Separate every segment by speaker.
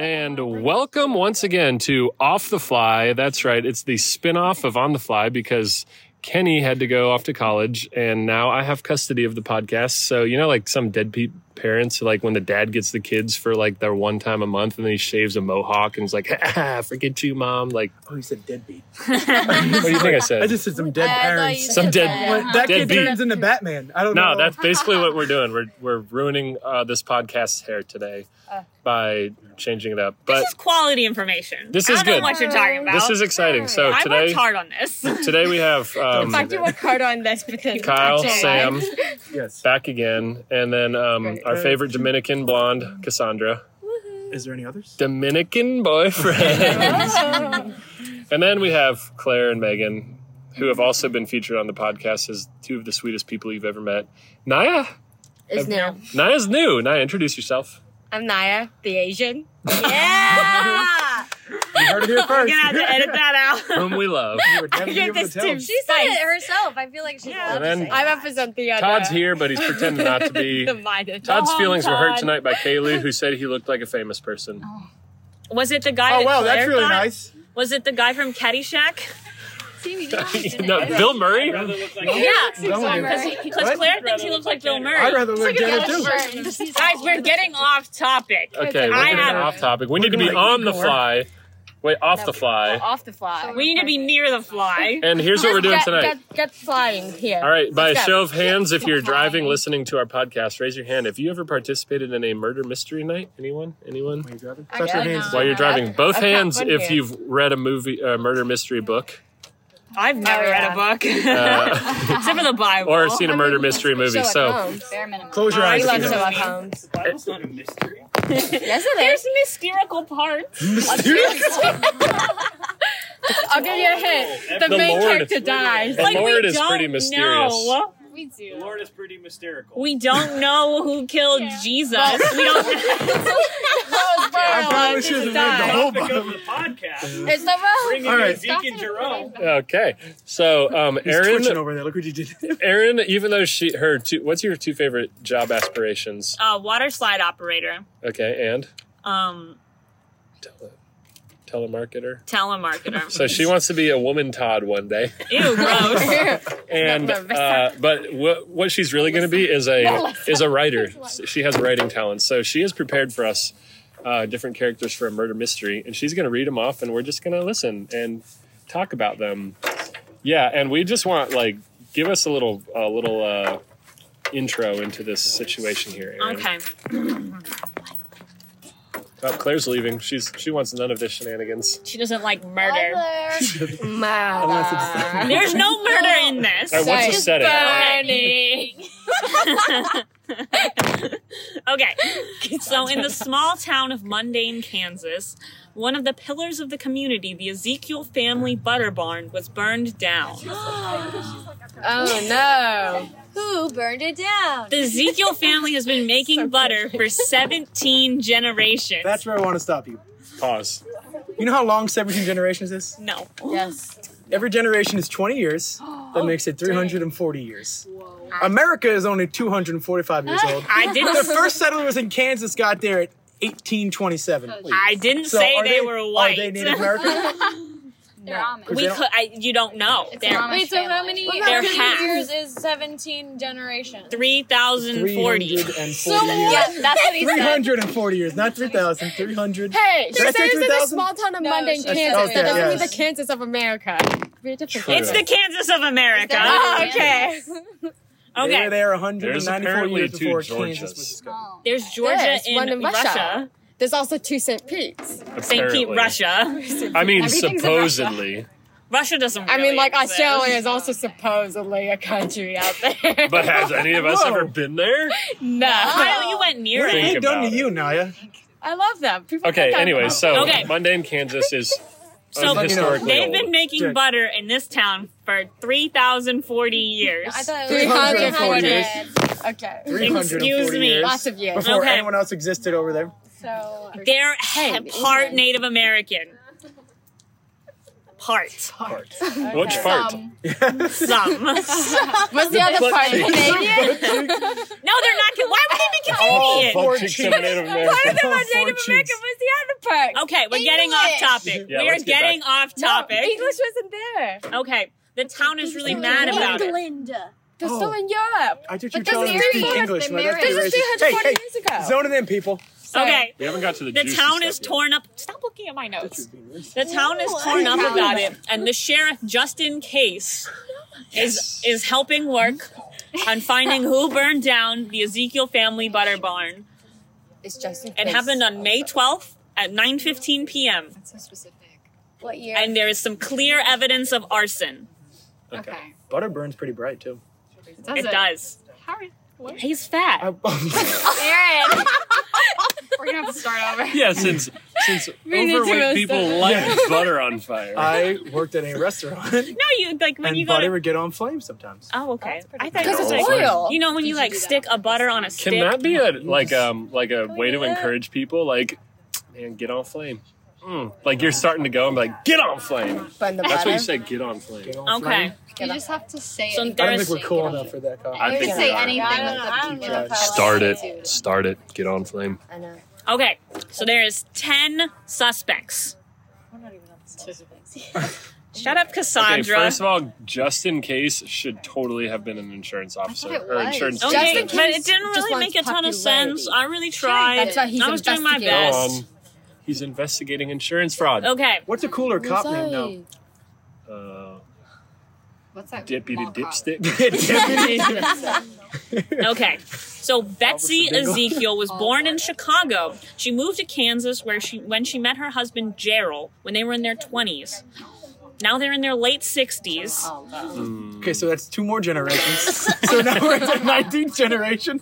Speaker 1: And welcome once again to Off the Fly. That's right, it's the spin off of On the Fly because Kenny had to go off to college and now I have custody of the podcast. So, you know, like some deadbeat parents, like when the dad gets the kids for like their one time a month and then he shaves a mohawk and is like, ah, forget you, mom. Like,
Speaker 2: Oh, he said deadbeat.
Speaker 1: what do you think I
Speaker 2: I
Speaker 1: said?
Speaker 2: just said some dead parents.
Speaker 1: Some dead-
Speaker 2: What-
Speaker 3: Uh-huh.
Speaker 2: that kid
Speaker 1: Deadbeat.
Speaker 2: turns into Batman. I don't
Speaker 1: No,
Speaker 2: know.
Speaker 1: that's basically what we're doing. We're, we're ruining uh, this podcast's hair today by changing it up. But
Speaker 4: Uh. this is quality information.
Speaker 1: This
Speaker 4: I
Speaker 1: is
Speaker 4: don't know
Speaker 1: good.
Speaker 4: what you're talking about.
Speaker 1: this is exciting. So
Speaker 4: I
Speaker 1: today,
Speaker 4: worked hard on this.
Speaker 1: today we have um,
Speaker 3: In fact, you worked hard on this because
Speaker 1: Kyle,
Speaker 3: That's
Speaker 1: Sam,
Speaker 2: yes.
Speaker 1: back again, and then um, our favorite Dominican blonde, Cassandra.
Speaker 2: Is there any others?
Speaker 1: Dominican boyfriends. and then we have Claire and Megan, who have also been featured on the podcast as two of the sweetest people you've ever met. Naya,
Speaker 3: Is new.
Speaker 1: Naya's new. Naya, introduce yourself.
Speaker 3: I'm Naya, the Asian. Ah,
Speaker 4: yeah.
Speaker 2: You heard it here
Speaker 4: We're
Speaker 2: first.
Speaker 4: gonna have to edit that out.
Speaker 1: Whom we love.
Speaker 2: You were definitely
Speaker 4: Get
Speaker 2: able to
Speaker 4: this
Speaker 2: tell.
Speaker 4: too.
Speaker 3: She said it herself. I feel like she's
Speaker 4: Yeah.
Speaker 1: And
Speaker 3: allowed to
Speaker 1: then-
Speaker 3: say I represent the other.
Speaker 1: Todd's here, but he's pretending not to be.
Speaker 3: the minus.
Speaker 1: Todd's
Speaker 4: Oh,
Speaker 1: feelings were hurt
Speaker 4: Todd.
Speaker 1: tonight by Kaylee, who said he looked like a famous person.
Speaker 4: Was it the guy?
Speaker 2: Oh
Speaker 4: that
Speaker 2: wow,
Speaker 4: Claire
Speaker 2: that's really
Speaker 4: got?
Speaker 2: nice.
Speaker 4: Was it the guy from Caddyshack?
Speaker 1: no, Bill Murray?
Speaker 4: yeah.
Speaker 2: Don't do that.
Speaker 4: Because
Speaker 2: What?
Speaker 4: Claire thinks he looks like Bill Murray.
Speaker 2: I'd rather look Janet too.
Speaker 4: Guys, we're getting off topic.
Speaker 1: Okay, we're
Speaker 4: I
Speaker 1: getting
Speaker 4: have-
Speaker 1: off topic. We need to be
Speaker 2: like
Speaker 1: on the
Speaker 2: Igor.
Speaker 1: fly. Wait, off the fly.
Speaker 3: Off the fly.
Speaker 4: We need to be near the fly.
Speaker 1: And here's what we're doing
Speaker 3: get,
Speaker 1: tonight.
Speaker 3: Get, get flying here.
Speaker 1: All right, by a
Speaker 3: Let's go.
Speaker 1: show of hands, if you're driving, listening to our podcast, raise your hand. Have you ever participated in a murder mystery night? Anyone? Anyone?
Speaker 2: You got it?
Speaker 3: I
Speaker 2: Touch your
Speaker 3: got it.
Speaker 2: hands.
Speaker 1: While you're
Speaker 3: Uh,
Speaker 1: driving, both
Speaker 3: I've got
Speaker 1: hands.
Speaker 3: one
Speaker 1: If
Speaker 3: hand.
Speaker 1: you've read a movie, a murder mystery book,
Speaker 4: I've never
Speaker 3: Oh,
Speaker 4: read
Speaker 3: yeah.
Speaker 4: a book
Speaker 1: uh,
Speaker 4: except for the Bible.
Speaker 1: or seen a murder mystery movie.
Speaker 3: Sherlock
Speaker 1: So
Speaker 3: Holmes.
Speaker 2: Close your
Speaker 4: Oh, I
Speaker 2: eyes.
Speaker 3: We
Speaker 4: Sherlock
Speaker 3: love
Speaker 4: Holmes.
Speaker 3: Sherlock Holmes.
Speaker 5: Bible's not a mystery.
Speaker 3: Yes, it
Speaker 4: There's
Speaker 3: is.
Speaker 4: mystical parts.
Speaker 3: I'll give you a
Speaker 5: Oh,
Speaker 3: hint. The,
Speaker 1: The
Speaker 3: main
Speaker 1: Lord.
Speaker 3: character dies.
Speaker 1: The
Speaker 4: Like
Speaker 1: Lord
Speaker 4: we
Speaker 1: is
Speaker 4: don't
Speaker 1: pretty mysterious.
Speaker 4: know.
Speaker 6: We
Speaker 5: The
Speaker 6: do.
Speaker 5: Lord is pretty mysterical.
Speaker 4: We don't know who killed Jesus. We don't.
Speaker 2: I probably should have read the whole
Speaker 5: Topic
Speaker 2: Bible.
Speaker 5: of the podcast.
Speaker 3: It's the
Speaker 5: Bring
Speaker 2: All
Speaker 5: in
Speaker 2: right.
Speaker 5: Zeke and Jerome.
Speaker 1: okay, so um,
Speaker 2: He's twitching
Speaker 1: Aaron,
Speaker 2: over there. Look what you did.
Speaker 1: Aaron, even though she, her two, what's your two favorite job aspirations?
Speaker 4: Uh, water slide operator.
Speaker 1: Okay, and
Speaker 4: Um,
Speaker 1: tele, telemarketer.
Speaker 4: telemarketer.
Speaker 1: So she wants to be a woman Todd one day.
Speaker 4: Ew, gross.
Speaker 1: and uh, but what what she's really going to be is a is a writer. She has writing talents, so she has prepared for us uh, different characters for a murder mystery, and she's going to read them off, and we're just going to listen and talk about them. Yeah, and we just want like give us a little a little uh, intro into this situation here. Erin.
Speaker 4: Okay.
Speaker 1: Oh, Claire's leaving. She's she wants none of this shenanigans.
Speaker 4: She doesn't like murder.
Speaker 2: Unless it's-
Speaker 4: There's no murder in
Speaker 1: All right,
Speaker 4: this.
Speaker 1: what's the
Speaker 3: She's
Speaker 1: setting?
Speaker 3: burning.
Speaker 4: Okay. So, in the small town of Mundane, Kansas, one of the pillars of the community, the Ezekiel family butter barn, was burned down.
Speaker 3: Oh no.
Speaker 6: Who burned it down?
Speaker 4: The Ezekiel family has been making butter for 17 generations.
Speaker 2: That's where I want to stop you.
Speaker 1: Pause.
Speaker 2: You know how long 17 generations is?
Speaker 4: no.
Speaker 3: Yes.
Speaker 2: Every generation is 20 years. That makes it 340 years. America is only 245 years old.
Speaker 4: I
Speaker 2: the
Speaker 4: didn't
Speaker 2: first settlers in Kansas got there at 1827.
Speaker 3: Oh,
Speaker 4: I didn't
Speaker 2: So
Speaker 4: say
Speaker 2: are
Speaker 4: they, were white.
Speaker 2: Are they Native American?
Speaker 6: They're Amish.
Speaker 4: we
Speaker 2: Because
Speaker 4: could, I, you don't know.
Speaker 6: an
Speaker 4: They're
Speaker 6: Amish
Speaker 3: Wait, so how many
Speaker 6: family.
Speaker 4: They're
Speaker 3: how many
Speaker 4: half.
Speaker 3: years is 17 generations?
Speaker 4: 3,040.
Speaker 2: 340
Speaker 3: yeah,
Speaker 2: years.
Speaker 3: that's what he said.
Speaker 2: 340 years, not 3,000. 300.
Speaker 3: Hey, she
Speaker 2: Did I
Speaker 3: said
Speaker 2: say
Speaker 3: it's in a
Speaker 2: 3,000?
Speaker 3: small town of
Speaker 6: No,
Speaker 3: Monday,
Speaker 6: she
Speaker 3: Kansas.
Speaker 6: said
Speaker 2: Okay,
Speaker 3: that doesn't
Speaker 2: yes.
Speaker 3: mean the Kansas of America. We're different.
Speaker 1: True.
Speaker 4: It's the Kansas of America.
Speaker 3: Oh,
Speaker 6: Kansas.
Speaker 3: okay.
Speaker 2: They
Speaker 4: Okay.
Speaker 2: were there
Speaker 1: There's
Speaker 2: 194
Speaker 1: apparently
Speaker 2: years
Speaker 1: two
Speaker 2: before
Speaker 1: Georgias.
Speaker 2: Kansas was discovered.
Speaker 6: Oh.
Speaker 4: There's Georgia
Speaker 3: There's
Speaker 4: in,
Speaker 3: one in Russia.
Speaker 4: Russia.
Speaker 3: There's also two St. Pete's.
Speaker 4: St. Pete,
Speaker 1: Apparently.
Speaker 4: Russia.
Speaker 1: I mean,
Speaker 3: Everything's in Russia.
Speaker 1: supposedly,
Speaker 4: Russia doesn't
Speaker 3: I
Speaker 4: really
Speaker 3: mean, like
Speaker 4: exist.
Speaker 3: Australia is also supposedly a country out there.
Speaker 1: but has any of us
Speaker 2: Whoa.
Speaker 1: ever been there?
Speaker 3: no,
Speaker 4: Kyle, you went near
Speaker 2: What have
Speaker 1: Think
Speaker 4: it.
Speaker 2: they done
Speaker 1: about
Speaker 2: to you, Naya?
Speaker 3: I love them. People
Speaker 1: Okay.
Speaker 3: think I'm-
Speaker 1: Anyway, so
Speaker 4: Okay.
Speaker 1: Mundane, Kansas is
Speaker 4: So
Speaker 1: historically
Speaker 4: they've
Speaker 1: old.
Speaker 4: been making
Speaker 2: Check.
Speaker 4: butter in this town for 3,040 years.
Speaker 6: I thought it was
Speaker 3: 340
Speaker 2: years.
Speaker 3: Okay.
Speaker 2: 340
Speaker 4: Excuse me.
Speaker 2: years
Speaker 3: Lots of years.
Speaker 2: Before
Speaker 4: Okay.
Speaker 2: anyone else existed over there.
Speaker 6: So
Speaker 4: They're part
Speaker 3: England.
Speaker 4: Native American. Part.
Speaker 1: Which part?
Speaker 4: Some. no, they're not.
Speaker 3: What's the other part? Canadian?
Speaker 4: Why would they be
Speaker 2: all
Speaker 4: idiot.
Speaker 2: four
Speaker 1: Fuck chicks of
Speaker 2: cheeks.
Speaker 1: Native
Speaker 3: Part of
Speaker 1: America.
Speaker 3: them
Speaker 2: Four
Speaker 3: on Native
Speaker 2: cheeks.
Speaker 3: America was the other part.
Speaker 4: Okay, we're getting off
Speaker 6: English.
Speaker 4: topic.
Speaker 1: Yeah,
Speaker 4: we are
Speaker 1: let's get
Speaker 4: getting off
Speaker 3: No,
Speaker 4: topic.
Speaker 3: English wasn't there.
Speaker 4: Okay, the town is really mad about it.
Speaker 6: England.
Speaker 3: They're
Speaker 2: Oh.
Speaker 3: still in Europe.
Speaker 2: I did you
Speaker 6: But
Speaker 2: tell
Speaker 6: doesn't
Speaker 2: them to
Speaker 6: it
Speaker 2: speak English?
Speaker 6: really
Speaker 2: man?
Speaker 6: have the
Speaker 2: That's
Speaker 6: marriage?
Speaker 3: This
Speaker 2: pretty
Speaker 3: is
Speaker 2: racist.
Speaker 3: 240
Speaker 2: Hey,
Speaker 3: years ago.
Speaker 2: hey, zone it in, people.
Speaker 3: Sorry.
Speaker 4: Okay,
Speaker 1: We haven't got to the
Speaker 4: the
Speaker 1: juicy
Speaker 4: town
Speaker 1: stuff
Speaker 4: is
Speaker 1: yet.
Speaker 4: torn up. Stop looking at my notes.
Speaker 2: That's
Speaker 4: The town is
Speaker 6: Ooh,
Speaker 4: torn
Speaker 6: I
Speaker 4: up
Speaker 6: know.
Speaker 4: about it, and the sheriff, just in case, is is helping work on finding who burned down the Ezekiel family butter barn.
Speaker 3: It's just in
Speaker 4: It
Speaker 3: place.
Speaker 4: happened on May 12th at 9:15 p.m.
Speaker 3: That's so specific.
Speaker 6: What year?
Speaker 4: and there is some clear evidence of arson.
Speaker 1: Okay.
Speaker 3: Okay.
Speaker 2: Butter burns pretty bright too.
Speaker 3: Does
Speaker 4: it does. He's fat.
Speaker 2: I-
Speaker 6: Aaron.
Speaker 3: We're gonna have to start over.
Speaker 1: Yeah, since since
Speaker 3: We need to roast
Speaker 1: overweight people
Speaker 3: them.
Speaker 1: light butter on fire.
Speaker 2: I worked at a restaurant,
Speaker 4: No, you like when you
Speaker 2: and
Speaker 4: go.
Speaker 2: butter
Speaker 4: To,
Speaker 2: would get on flame sometimes.
Speaker 4: oh, okay. I thought
Speaker 3: Because it's
Speaker 4: it was
Speaker 1: No.
Speaker 4: like
Speaker 3: oil.
Speaker 4: you know when
Speaker 6: Did
Speaker 4: you
Speaker 6: you
Speaker 4: like
Speaker 6: do that
Speaker 4: stick a
Speaker 6: on
Speaker 4: butter on a
Speaker 6: purpose?
Speaker 4: stick.
Speaker 1: Can that be a
Speaker 2: Yeah,
Speaker 1: like
Speaker 2: just-
Speaker 1: um like a way to encourage people like man get on flame. Mm. Like you're starting to go and be like get on flame.
Speaker 3: Burn the
Speaker 1: That's
Speaker 3: butter.
Speaker 1: what you say. Get on flame.
Speaker 2: Get on
Speaker 4: okay.
Speaker 2: flame.
Speaker 6: You just have to say
Speaker 4: So
Speaker 2: I
Speaker 6: it.
Speaker 2: don't
Speaker 4: there's
Speaker 2: think we're cool enough for that. Kyle.
Speaker 1: I
Speaker 6: You
Speaker 1: think
Speaker 6: can say
Speaker 1: we are.
Speaker 6: anything
Speaker 1: I
Speaker 6: with the
Speaker 2: don't know if I
Speaker 1: Start it. Start it. Get on flame.
Speaker 3: I know.
Speaker 4: okay. So there is ten suspects. Shut up, Cassandra.
Speaker 1: Okay, first of all, just in case should totally have been an insurance officer
Speaker 6: it
Speaker 1: or
Speaker 6: was.
Speaker 1: insurance.
Speaker 4: Okay,
Speaker 3: Just
Speaker 1: agent.
Speaker 3: in case
Speaker 4: but it didn't
Speaker 3: just
Speaker 4: really
Speaker 3: wants
Speaker 4: make a ton of
Speaker 3: popularity.
Speaker 4: sense. I really tried.
Speaker 3: That's why he's
Speaker 4: I was doing my
Speaker 1: Go
Speaker 3: investigating.
Speaker 4: best.
Speaker 1: on. He's investigating insurance fraud.
Speaker 4: Okay.
Speaker 2: What's a cooler cop name now?
Speaker 1: Uh,
Speaker 6: What's that? Oh,
Speaker 1: deputy
Speaker 6: Mall cop.
Speaker 1: dipstick.
Speaker 4: Okay. So Betsy
Speaker 2: Albert Sabingo.
Speaker 4: Ezekiel was born in Chicago. She moved to Kansas where she when she met her husband Gerald when they were in their 20s. Now they're in their late 60s.
Speaker 1: Mm.
Speaker 2: Okay, so that's two more generations. so now we're at the 19th generation.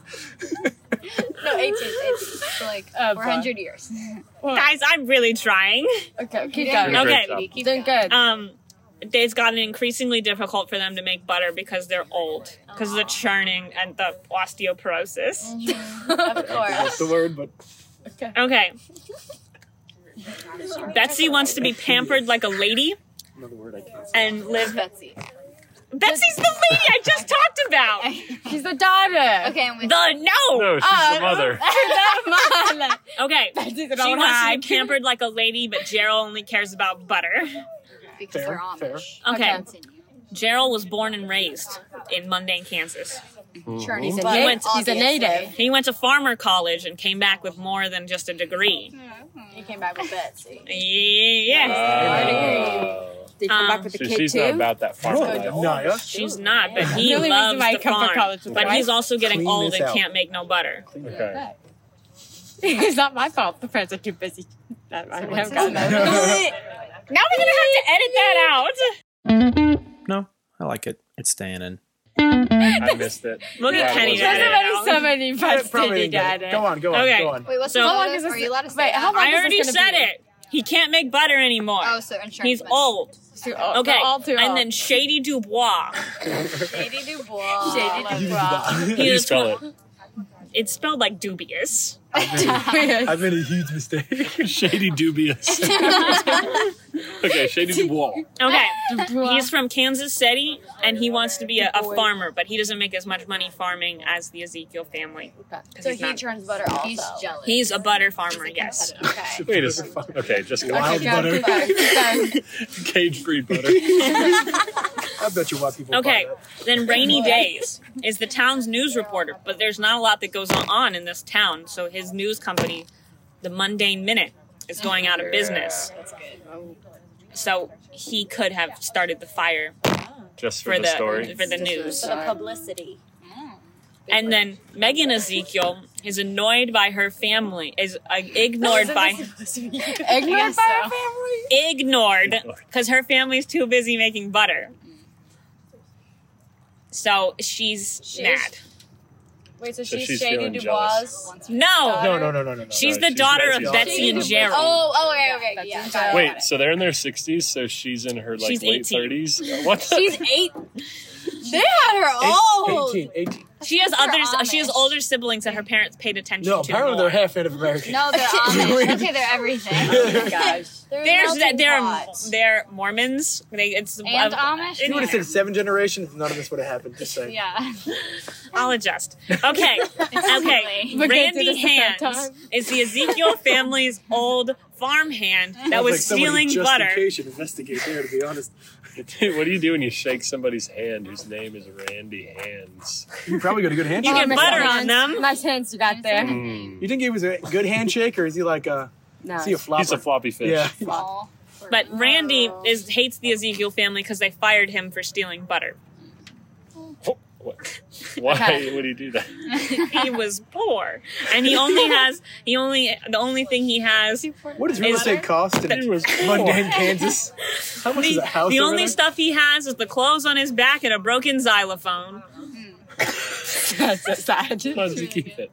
Speaker 6: No, 18, 18. So like
Speaker 3: Uh,
Speaker 6: 400 years.
Speaker 4: Guys, I'm really trying.
Speaker 3: Okay, keep
Speaker 6: You're
Speaker 3: going.
Speaker 1: doing
Speaker 4: Okay.
Speaker 1: a great
Speaker 6: Keep
Speaker 3: Doing
Speaker 6: going.
Speaker 3: good.
Speaker 4: Um it's gotten increasingly difficult for them to make butter because they're old because of the churning and the osteoporosis.
Speaker 6: Of course.
Speaker 2: That's the word, but
Speaker 4: Okay. Betsy wants to be pampered like a lady
Speaker 2: another word I can't.
Speaker 4: and live
Speaker 6: Betsy.
Speaker 4: Betsy's the lady I just talked about.
Speaker 3: She's the daughter.
Speaker 6: Okay, I'm with
Speaker 4: The no.
Speaker 1: no, she's
Speaker 3: Uh,
Speaker 1: the mother.
Speaker 3: Come on.
Speaker 4: Okay.
Speaker 3: She's
Speaker 4: She wants to be pampered like a lady, but Gerald only cares about butter.
Speaker 6: because
Speaker 2: Fair,
Speaker 6: they're Amish.
Speaker 4: Okay.
Speaker 3: Okay.
Speaker 6: Continue.
Speaker 4: Gerald was born and raised in Mundane, Kansas.
Speaker 6: Churning
Speaker 3: He's a,
Speaker 6: blood,
Speaker 3: na-
Speaker 4: went-
Speaker 3: he's a
Speaker 6: obviously.
Speaker 3: native.
Speaker 4: He went to farmer college and came back with more than just a degree.
Speaker 6: You came back with Betsy.
Speaker 4: Yes.
Speaker 1: Uh, Oh.
Speaker 3: Did you
Speaker 4: Um,
Speaker 3: come back with the
Speaker 1: So
Speaker 3: kid
Speaker 1: she's
Speaker 3: too?
Speaker 1: not about that far.
Speaker 2: No, Naya.
Speaker 4: She's not, but he
Speaker 3: The only reason
Speaker 4: loves
Speaker 3: why I
Speaker 4: the
Speaker 3: come from
Speaker 4: farm.
Speaker 3: college was
Speaker 4: But
Speaker 3: why-
Speaker 4: he's also getting
Speaker 2: Clean
Speaker 4: old
Speaker 2: this
Speaker 4: and
Speaker 2: out.
Speaker 4: can't make no butter.
Speaker 1: Okay.
Speaker 3: it's not my fault. The parents are too busy. I haven't gotten that.
Speaker 4: Now we're gonna have to edit that out.
Speaker 7: No, I like it. It's staying in.
Speaker 1: I missed it.
Speaker 4: We'll get
Speaker 1: Yeah,
Speaker 4: Kenny
Speaker 1: it
Speaker 4: to edit
Speaker 1: wasn't
Speaker 4: it
Speaker 1: it.
Speaker 4: out.
Speaker 3: There's so many
Speaker 2: I
Speaker 3: parts
Speaker 2: probably
Speaker 3: to
Speaker 2: didn't get it. Go on, go on,
Speaker 4: Okay.
Speaker 2: go on.
Speaker 6: Wait, what's
Speaker 4: So-
Speaker 6: the
Speaker 4: How
Speaker 3: long
Speaker 6: photos?
Speaker 3: is this-
Speaker 6: Are you allowed to say
Speaker 3: wait,
Speaker 6: that?
Speaker 3: how long-
Speaker 4: I
Speaker 3: is this
Speaker 4: already
Speaker 3: gonna
Speaker 4: said
Speaker 3: be?
Speaker 4: it. He can't make butter anymore.
Speaker 6: Oh, so insurance.
Speaker 4: He's
Speaker 6: money.
Speaker 4: old.
Speaker 3: Too old.
Speaker 4: Okay.
Speaker 3: They're all too
Speaker 4: and
Speaker 3: old.
Speaker 4: then Shady Dubois.
Speaker 6: Shady Dubois.
Speaker 3: Shady Dubois.
Speaker 1: How do you
Speaker 4: He's
Speaker 1: spell it?
Speaker 4: It's spelled like dubious.
Speaker 2: I made a huge mistake.
Speaker 1: Shady Dubious. okay, Shady Dubois.
Speaker 4: Okay. He's from Kansas City and he wants to be a, a farmer, but he doesn't make as much money farming as the Ezekiel family. 'Cause
Speaker 3: So
Speaker 4: he's,
Speaker 3: he
Speaker 4: not-
Speaker 3: turns butter also.
Speaker 6: He's jealous.
Speaker 4: he's a butter farmer, yes.
Speaker 6: Okay.
Speaker 1: Wait a second. Okay, just go.
Speaker 2: Wild butter.
Speaker 1: Cage free butter.
Speaker 2: I bet you white people.
Speaker 4: Okay.
Speaker 2: buy
Speaker 4: Then Rainy Days is the town's news reporter, but there's not a lot that goes on in this town, so his news company, the Mundane Minute, is going out of business.
Speaker 6: That's good.
Speaker 4: So he could have started the fire
Speaker 1: Just for,
Speaker 4: for
Speaker 1: the,
Speaker 4: the
Speaker 1: story.
Speaker 4: for the news.
Speaker 3: the
Speaker 6: publicity.
Speaker 4: And then Megan Ezekiel is annoyed by her family, is uh, ignored by
Speaker 3: Ignorant
Speaker 6: so.
Speaker 3: by our family.
Speaker 4: ignored because her family's too busy making butter. So she's, mad.
Speaker 3: Wait, so
Speaker 1: So
Speaker 3: she's,
Speaker 1: she's
Speaker 3: Shady
Speaker 1: feeling
Speaker 3: Dubois.
Speaker 1: jealous.
Speaker 4: No,
Speaker 2: that. No, no, no, no, no, no.
Speaker 4: she's
Speaker 1: No,
Speaker 4: the
Speaker 1: she's
Speaker 4: daughter
Speaker 1: Betsy's
Speaker 4: of
Speaker 1: daughter.
Speaker 4: Betsy and
Speaker 6: Shady
Speaker 4: Gerald.
Speaker 6: Oh, oh, okay, okay.
Speaker 3: that's
Speaker 6: Yeah.
Speaker 3: in
Speaker 6: got it, got
Speaker 1: Wait,
Speaker 6: it.
Speaker 1: so they're in their 60s, so she's in her like
Speaker 4: She's
Speaker 1: late
Speaker 4: 18.
Speaker 1: 30s? What? the-
Speaker 6: She's eight. They had her all.
Speaker 2: 18, 18.
Speaker 4: She has
Speaker 6: They're
Speaker 4: others. She has
Speaker 6: Amish.
Speaker 4: older siblings that her parents paid attention
Speaker 2: No,
Speaker 4: to.
Speaker 2: apparently
Speaker 4: more.
Speaker 2: they're half Native American.
Speaker 8: No, they're Amish. okay, they're everything.
Speaker 3: Oh my gosh.
Speaker 6: They're
Speaker 4: There's
Speaker 6: melting
Speaker 4: that. They're
Speaker 6: pot.
Speaker 4: they're Mormons. They it's
Speaker 8: And
Speaker 4: uh,
Speaker 8: Amish?
Speaker 2: He would have
Speaker 4: anyway,
Speaker 2: said seven generations. None of this would have happened. Just saying.
Speaker 8: Yeah.
Speaker 4: I'll adjust. Okay, okay.
Speaker 3: We're gonna do
Speaker 4: Randy
Speaker 3: this the third
Speaker 4: Hands
Speaker 3: time.
Speaker 4: is the Ezekiel family's old farmhand that
Speaker 2: Sounds
Speaker 4: was
Speaker 2: like someone in
Speaker 4: stealing butter.
Speaker 2: justification Investigate there, to be honest.
Speaker 1: Dude, what do you do when you shake somebody's hand whose name is Randy Hands?
Speaker 2: You probably got a good handshake.
Speaker 4: You get
Speaker 3: Oh, Miss
Speaker 4: butter on
Speaker 3: Hands.
Speaker 4: them. Mm-hmm.
Speaker 3: Nice hands you got there.
Speaker 1: Mm.
Speaker 2: Um, You think he was a good handshake, or is he like a?
Speaker 3: No.
Speaker 2: Is he a flopper?
Speaker 1: He's a floppy fish.
Speaker 2: yeah.
Speaker 8: Aw.
Speaker 4: But Randy is hates the Ezekiel family because they fired him for stealing butter.
Speaker 1: What? Why
Speaker 3: Okay.
Speaker 1: would he do that?
Speaker 8: Oh.
Speaker 4: he was poor, and he only has he only the only thing he has
Speaker 2: What does real
Speaker 4: Is-
Speaker 2: estate cost in
Speaker 1: He was
Speaker 2: mundane Kansas? How much is a
Speaker 4: the,
Speaker 2: house?
Speaker 4: the
Speaker 2: over
Speaker 4: only
Speaker 2: there?
Speaker 4: stuff he has is the clothes on his back and a broken xylophone.
Speaker 3: That's so sad.
Speaker 1: How does he keep it?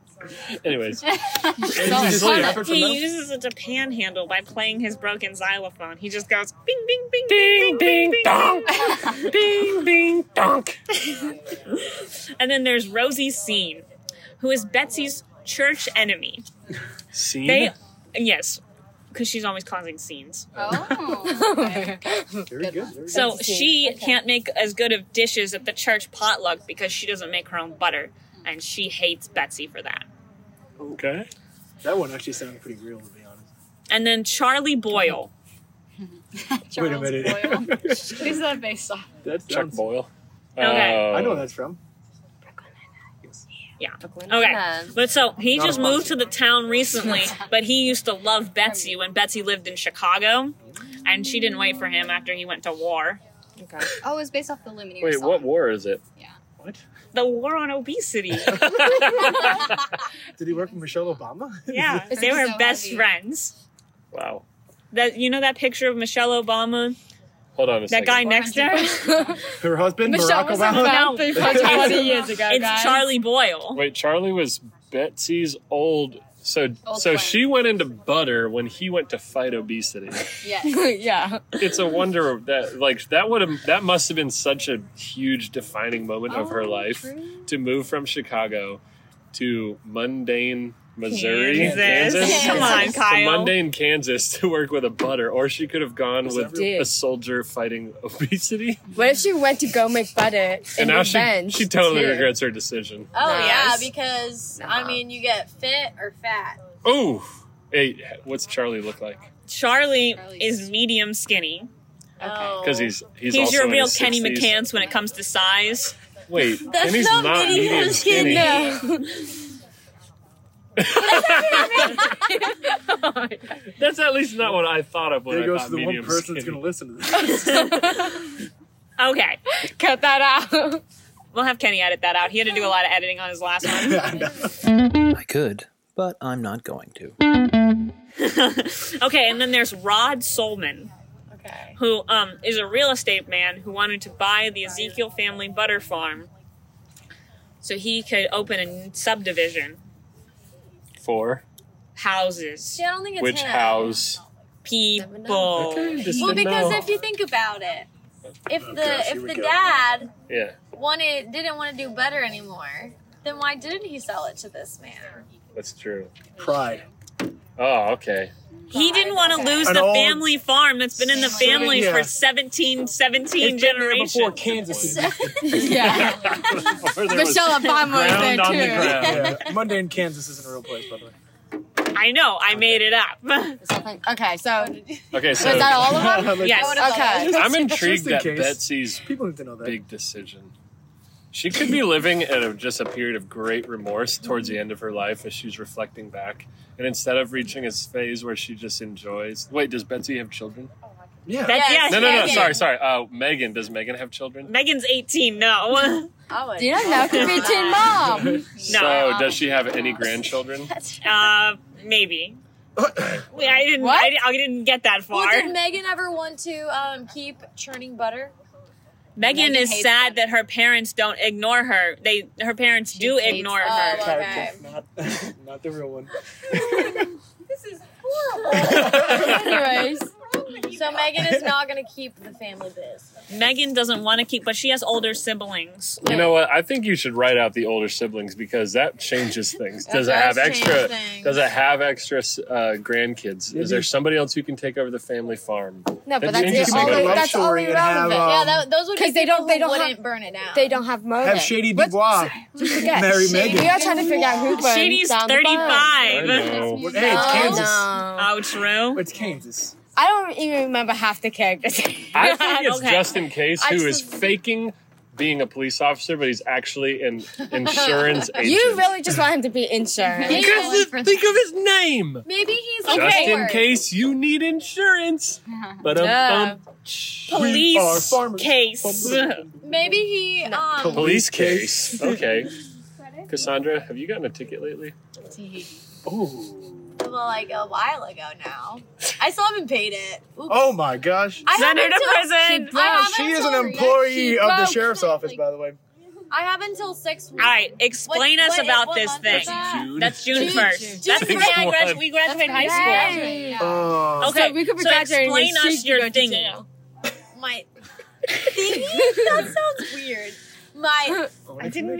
Speaker 1: Anyways,
Speaker 2: Is
Speaker 3: Sorry.
Speaker 2: it effort for
Speaker 4: He
Speaker 2: nothing?
Speaker 4: uses it to panhandle by playing his broken xylophone. He just goes bing bing bing bing bing bing dong bing bing donk. and then there's Rosie Scene, who is Betsy's church enemy.
Speaker 1: scene.
Speaker 4: They yes, because she's always causing scenes.
Speaker 6: Oh.
Speaker 2: Very good. very
Speaker 4: So
Speaker 3: That's the thing.
Speaker 4: she can't make as good of dishes at the church potluck because she doesn't make her own butter, and she hates Betsy for that.
Speaker 1: okay.
Speaker 2: good. That one actually sounded pretty real, to be honest.
Speaker 4: And then Charlie Boyle.
Speaker 2: Wait a minute.
Speaker 8: Who's that based off?
Speaker 2: that
Speaker 1: Chuck
Speaker 2: sounds,
Speaker 1: Boyle. Uh,
Speaker 4: Okay.
Speaker 2: I know where that's from.
Speaker 4: Okay. But so he
Speaker 2: Not a
Speaker 4: just
Speaker 2: problem.
Speaker 4: moved to the town recently, but he used to love Betsy when Betsy lived in Chicago, and she didn't wait for him after he went to war.
Speaker 3: Okay.
Speaker 8: Oh, it was based off the Lumineers.
Speaker 1: Wait,
Speaker 8: song.
Speaker 1: what war is it?
Speaker 4: The war on obesity.
Speaker 2: Did he work with Michelle Obama?
Speaker 4: Yeah,
Speaker 8: It's
Speaker 4: they were
Speaker 8: so
Speaker 4: best
Speaker 8: heavy.
Speaker 4: friends.
Speaker 1: Wow.
Speaker 4: That you know that picture of Michelle Obama,
Speaker 1: Hold on a
Speaker 4: that
Speaker 1: second.
Speaker 4: guy next to her.
Speaker 2: Her husband,
Speaker 3: Michelle
Speaker 2: Barack
Speaker 3: was
Speaker 2: Obama.
Speaker 3: around
Speaker 4: No.
Speaker 3: for 20 years ago,
Speaker 4: It's
Speaker 3: guys.
Speaker 4: Charlie Boyle.
Speaker 1: Wait, Charlie was Betsy's old. So
Speaker 6: Old
Speaker 1: so
Speaker 6: friend.
Speaker 1: she went into butter when he went to fight obesity.
Speaker 6: Yes.
Speaker 3: yeah.
Speaker 1: it's a wonder that like that would have that must have been such a huge defining moment of her life to move from Chicago to mundane Missouri, Kansas,
Speaker 4: Kansas. Come on,
Speaker 1: to
Speaker 4: Kyle.
Speaker 1: mundane Kansas to work with a butter, or she could have gone
Speaker 2: Was
Speaker 1: with
Speaker 3: everyone-
Speaker 1: a soldier fighting obesity,
Speaker 3: What if she went to go make butter
Speaker 1: and
Speaker 3: in
Speaker 1: now she
Speaker 3: revenge?
Speaker 1: she totally
Speaker 3: too?
Speaker 1: regrets her decision.
Speaker 6: Oh
Speaker 3: Nice.
Speaker 6: yeah, because I
Speaker 3: Nah.
Speaker 6: mean, you get fit or fat.
Speaker 1: Oh, hey, what's Charlie look like?
Speaker 4: Charlie
Speaker 8: Charlie's-
Speaker 4: is medium skinny.
Speaker 6: Oh.
Speaker 1: Because he's he's,
Speaker 4: He's,
Speaker 1: also
Speaker 4: your
Speaker 1: in
Speaker 4: real
Speaker 1: his
Speaker 4: Kenny
Speaker 1: 60s.
Speaker 4: McCants when it comes to size.
Speaker 1: Wait,
Speaker 6: That's
Speaker 1: Kenny's
Speaker 6: not
Speaker 1: not,
Speaker 6: medium
Speaker 1: medium
Speaker 6: skinny.
Speaker 1: skinny. That's at least not what I thought of when
Speaker 2: There
Speaker 1: I
Speaker 2: goes
Speaker 1: thought
Speaker 2: to the one
Speaker 1: medium
Speaker 2: person that's
Speaker 1: skinny.
Speaker 2: going to listen to this.
Speaker 4: Okay,
Speaker 3: Cut that out.
Speaker 4: we'll have Kenny edit that out. He had to do a lot of editing on his last one.
Speaker 7: I could, but I'm not going to.
Speaker 4: okay, and then there's Rod Solman,
Speaker 8: Okay.
Speaker 4: who um, is a real estate man who wanted to buy the Ezekiel family butter farm so he could open a n- subdivision.
Speaker 1: Four.
Speaker 4: Houses,
Speaker 6: See, I don't think it's
Speaker 1: Which
Speaker 6: him.
Speaker 1: house?
Speaker 4: people.
Speaker 6: Well, because if you think about it, if the
Speaker 2: gosh, here
Speaker 6: if
Speaker 2: we
Speaker 6: the
Speaker 2: go.
Speaker 6: dad
Speaker 1: Yeah.
Speaker 6: wanted didn't want to do better anymore, then why didn't he sell it to this man?
Speaker 1: That's true.
Speaker 2: Pride.
Speaker 1: Oh, okay.
Speaker 4: He didn't want to lose
Speaker 2: An
Speaker 4: the
Speaker 2: old-
Speaker 4: family farm that's been in the family
Speaker 2: Yeah.
Speaker 4: for 17, 17
Speaker 2: It's been there
Speaker 4: generations.
Speaker 2: before Kansas.
Speaker 3: Yeah.
Speaker 1: Or there was
Speaker 3: Michelle Obama was there
Speaker 1: ground on the
Speaker 3: too.
Speaker 1: ground.
Speaker 2: yeah. Mundane Kansas isn't a real place, by the way.
Speaker 4: I know, I made it up.
Speaker 3: Something- Okay, so
Speaker 1: Okay, so
Speaker 3: was that all of them?
Speaker 2: Like,
Speaker 4: Yes.
Speaker 3: Okay.
Speaker 1: I'm
Speaker 2: Just
Speaker 1: intrigued
Speaker 2: in
Speaker 1: that
Speaker 2: case.
Speaker 1: Betsy's
Speaker 2: People need to know that.
Speaker 1: big decision. She could be living at a, just a period of great remorse towards
Speaker 2: Mm-hmm.
Speaker 1: the end of her life as she's reflecting back. And instead of reaching a phase where she just enjoys. Wait, does Betsy have children?
Speaker 2: Yeah.
Speaker 4: That's
Speaker 6: Yes,
Speaker 1: No, no, no.
Speaker 6: Megan.
Speaker 1: Sorry, sorry. Uh, Megan. Does Megan have children?
Speaker 4: Megan's 18, no.
Speaker 6: Oh,
Speaker 3: you don't know. Could be teen mom.
Speaker 1: So does she have any grandchildren?
Speaker 4: Uh, maybe. Wait, I didn't,
Speaker 3: What?
Speaker 4: I, di- I didn't get that far.
Speaker 6: Well, did Megan ever want to um, keep churning butter?
Speaker 4: Megan,
Speaker 8: Megan
Speaker 4: is
Speaker 8: hates
Speaker 4: sad
Speaker 8: them.
Speaker 4: that her parents don't ignore her. They Her parents do
Speaker 8: hates
Speaker 4: ignore
Speaker 8: them.
Speaker 4: her.
Speaker 6: Oh, okay.
Speaker 2: Character, not, not the real one.
Speaker 6: This is horrible.
Speaker 3: Anyways,
Speaker 6: So Megan is not going to keep the family biz.
Speaker 4: Megan doesn't want to keep, but she has older siblings.
Speaker 1: You know what? I think you should write out the older siblings because that changes things. Does it have
Speaker 6: does change
Speaker 1: extra?
Speaker 6: things.
Speaker 1: Does it have extra uh, grandkids? Is there somebody else who can take over the family farm?
Speaker 9: No, but
Speaker 1: That
Speaker 9: that's,
Speaker 1: changes
Speaker 9: the only,
Speaker 1: my
Speaker 9: that's
Speaker 2: story
Speaker 9: only
Speaker 2: and have,
Speaker 9: relevant.
Speaker 2: uh,
Speaker 6: yeah,
Speaker 2: Um,
Speaker 6: that, those would be
Speaker 9: 'cause they
Speaker 6: people
Speaker 9: don't- they
Speaker 6: who
Speaker 9: don't
Speaker 6: wouldn't
Speaker 9: have-
Speaker 6: burn it down.
Speaker 9: they don't have motive.
Speaker 2: Have Shady Dubois
Speaker 9: Forget.
Speaker 2: marry
Speaker 9: We
Speaker 2: Megan.
Speaker 9: are trying to figure out who burned
Speaker 4: Shady's
Speaker 9: down the barn.
Speaker 1: I
Speaker 4: 35.
Speaker 1: know.
Speaker 2: Well, Hey, it's
Speaker 6: Oh, No.
Speaker 2: Kansas.
Speaker 9: No.
Speaker 4: Oh, true.
Speaker 2: It's Kansas.
Speaker 9: I don't even remember half the characters.
Speaker 1: I think it's
Speaker 4: Okay.
Speaker 1: Justin Case
Speaker 9: I
Speaker 1: who is
Speaker 9: just-
Speaker 1: faking being a police officer, but he's actually an insurance agent.
Speaker 9: you really just want him to be insurance.
Speaker 6: Maybe,
Speaker 1: Because of- think of his name.
Speaker 6: maybe he's
Speaker 1: Just
Speaker 6: okay.
Speaker 1: in case you need insurance. But um,
Speaker 2: We are
Speaker 4: Police
Speaker 2: farmers.
Speaker 4: case.
Speaker 6: Maybe he. Um,
Speaker 1: police case. Okay. Cassandra, have you gotten a ticket lately? Oh.
Speaker 6: well, like a while ago now. I still haven't paid it. Oops.
Speaker 2: Oh my gosh.
Speaker 6: I
Speaker 4: Send her
Speaker 6: haven't
Speaker 4: to
Speaker 6: till-
Speaker 4: prison.
Speaker 6: I haven't
Speaker 2: She is an
Speaker 6: till-
Speaker 2: employee of the
Speaker 9: broke.
Speaker 2: sheriff's office, by the way.
Speaker 6: I have until six weeks.
Speaker 4: All right, explain
Speaker 6: What-
Speaker 4: us
Speaker 6: what-
Speaker 4: about
Speaker 6: what
Speaker 4: this
Speaker 6: month
Speaker 4: thing.
Speaker 6: is that?
Speaker 4: That's June
Speaker 6: June.
Speaker 4: first.
Speaker 6: June
Speaker 4: That's the day
Speaker 1: first.
Speaker 4: I gradu- we graduate high school.
Speaker 2: Oh.
Speaker 4: Okay,
Speaker 9: So we could be
Speaker 4: so
Speaker 9: graduating
Speaker 4: explain
Speaker 9: next
Speaker 4: us
Speaker 9: week to
Speaker 4: your
Speaker 9: go to
Speaker 4: thingy.
Speaker 9: jail.
Speaker 6: My thingy? that sounds weird. My
Speaker 4: Oh, I didn't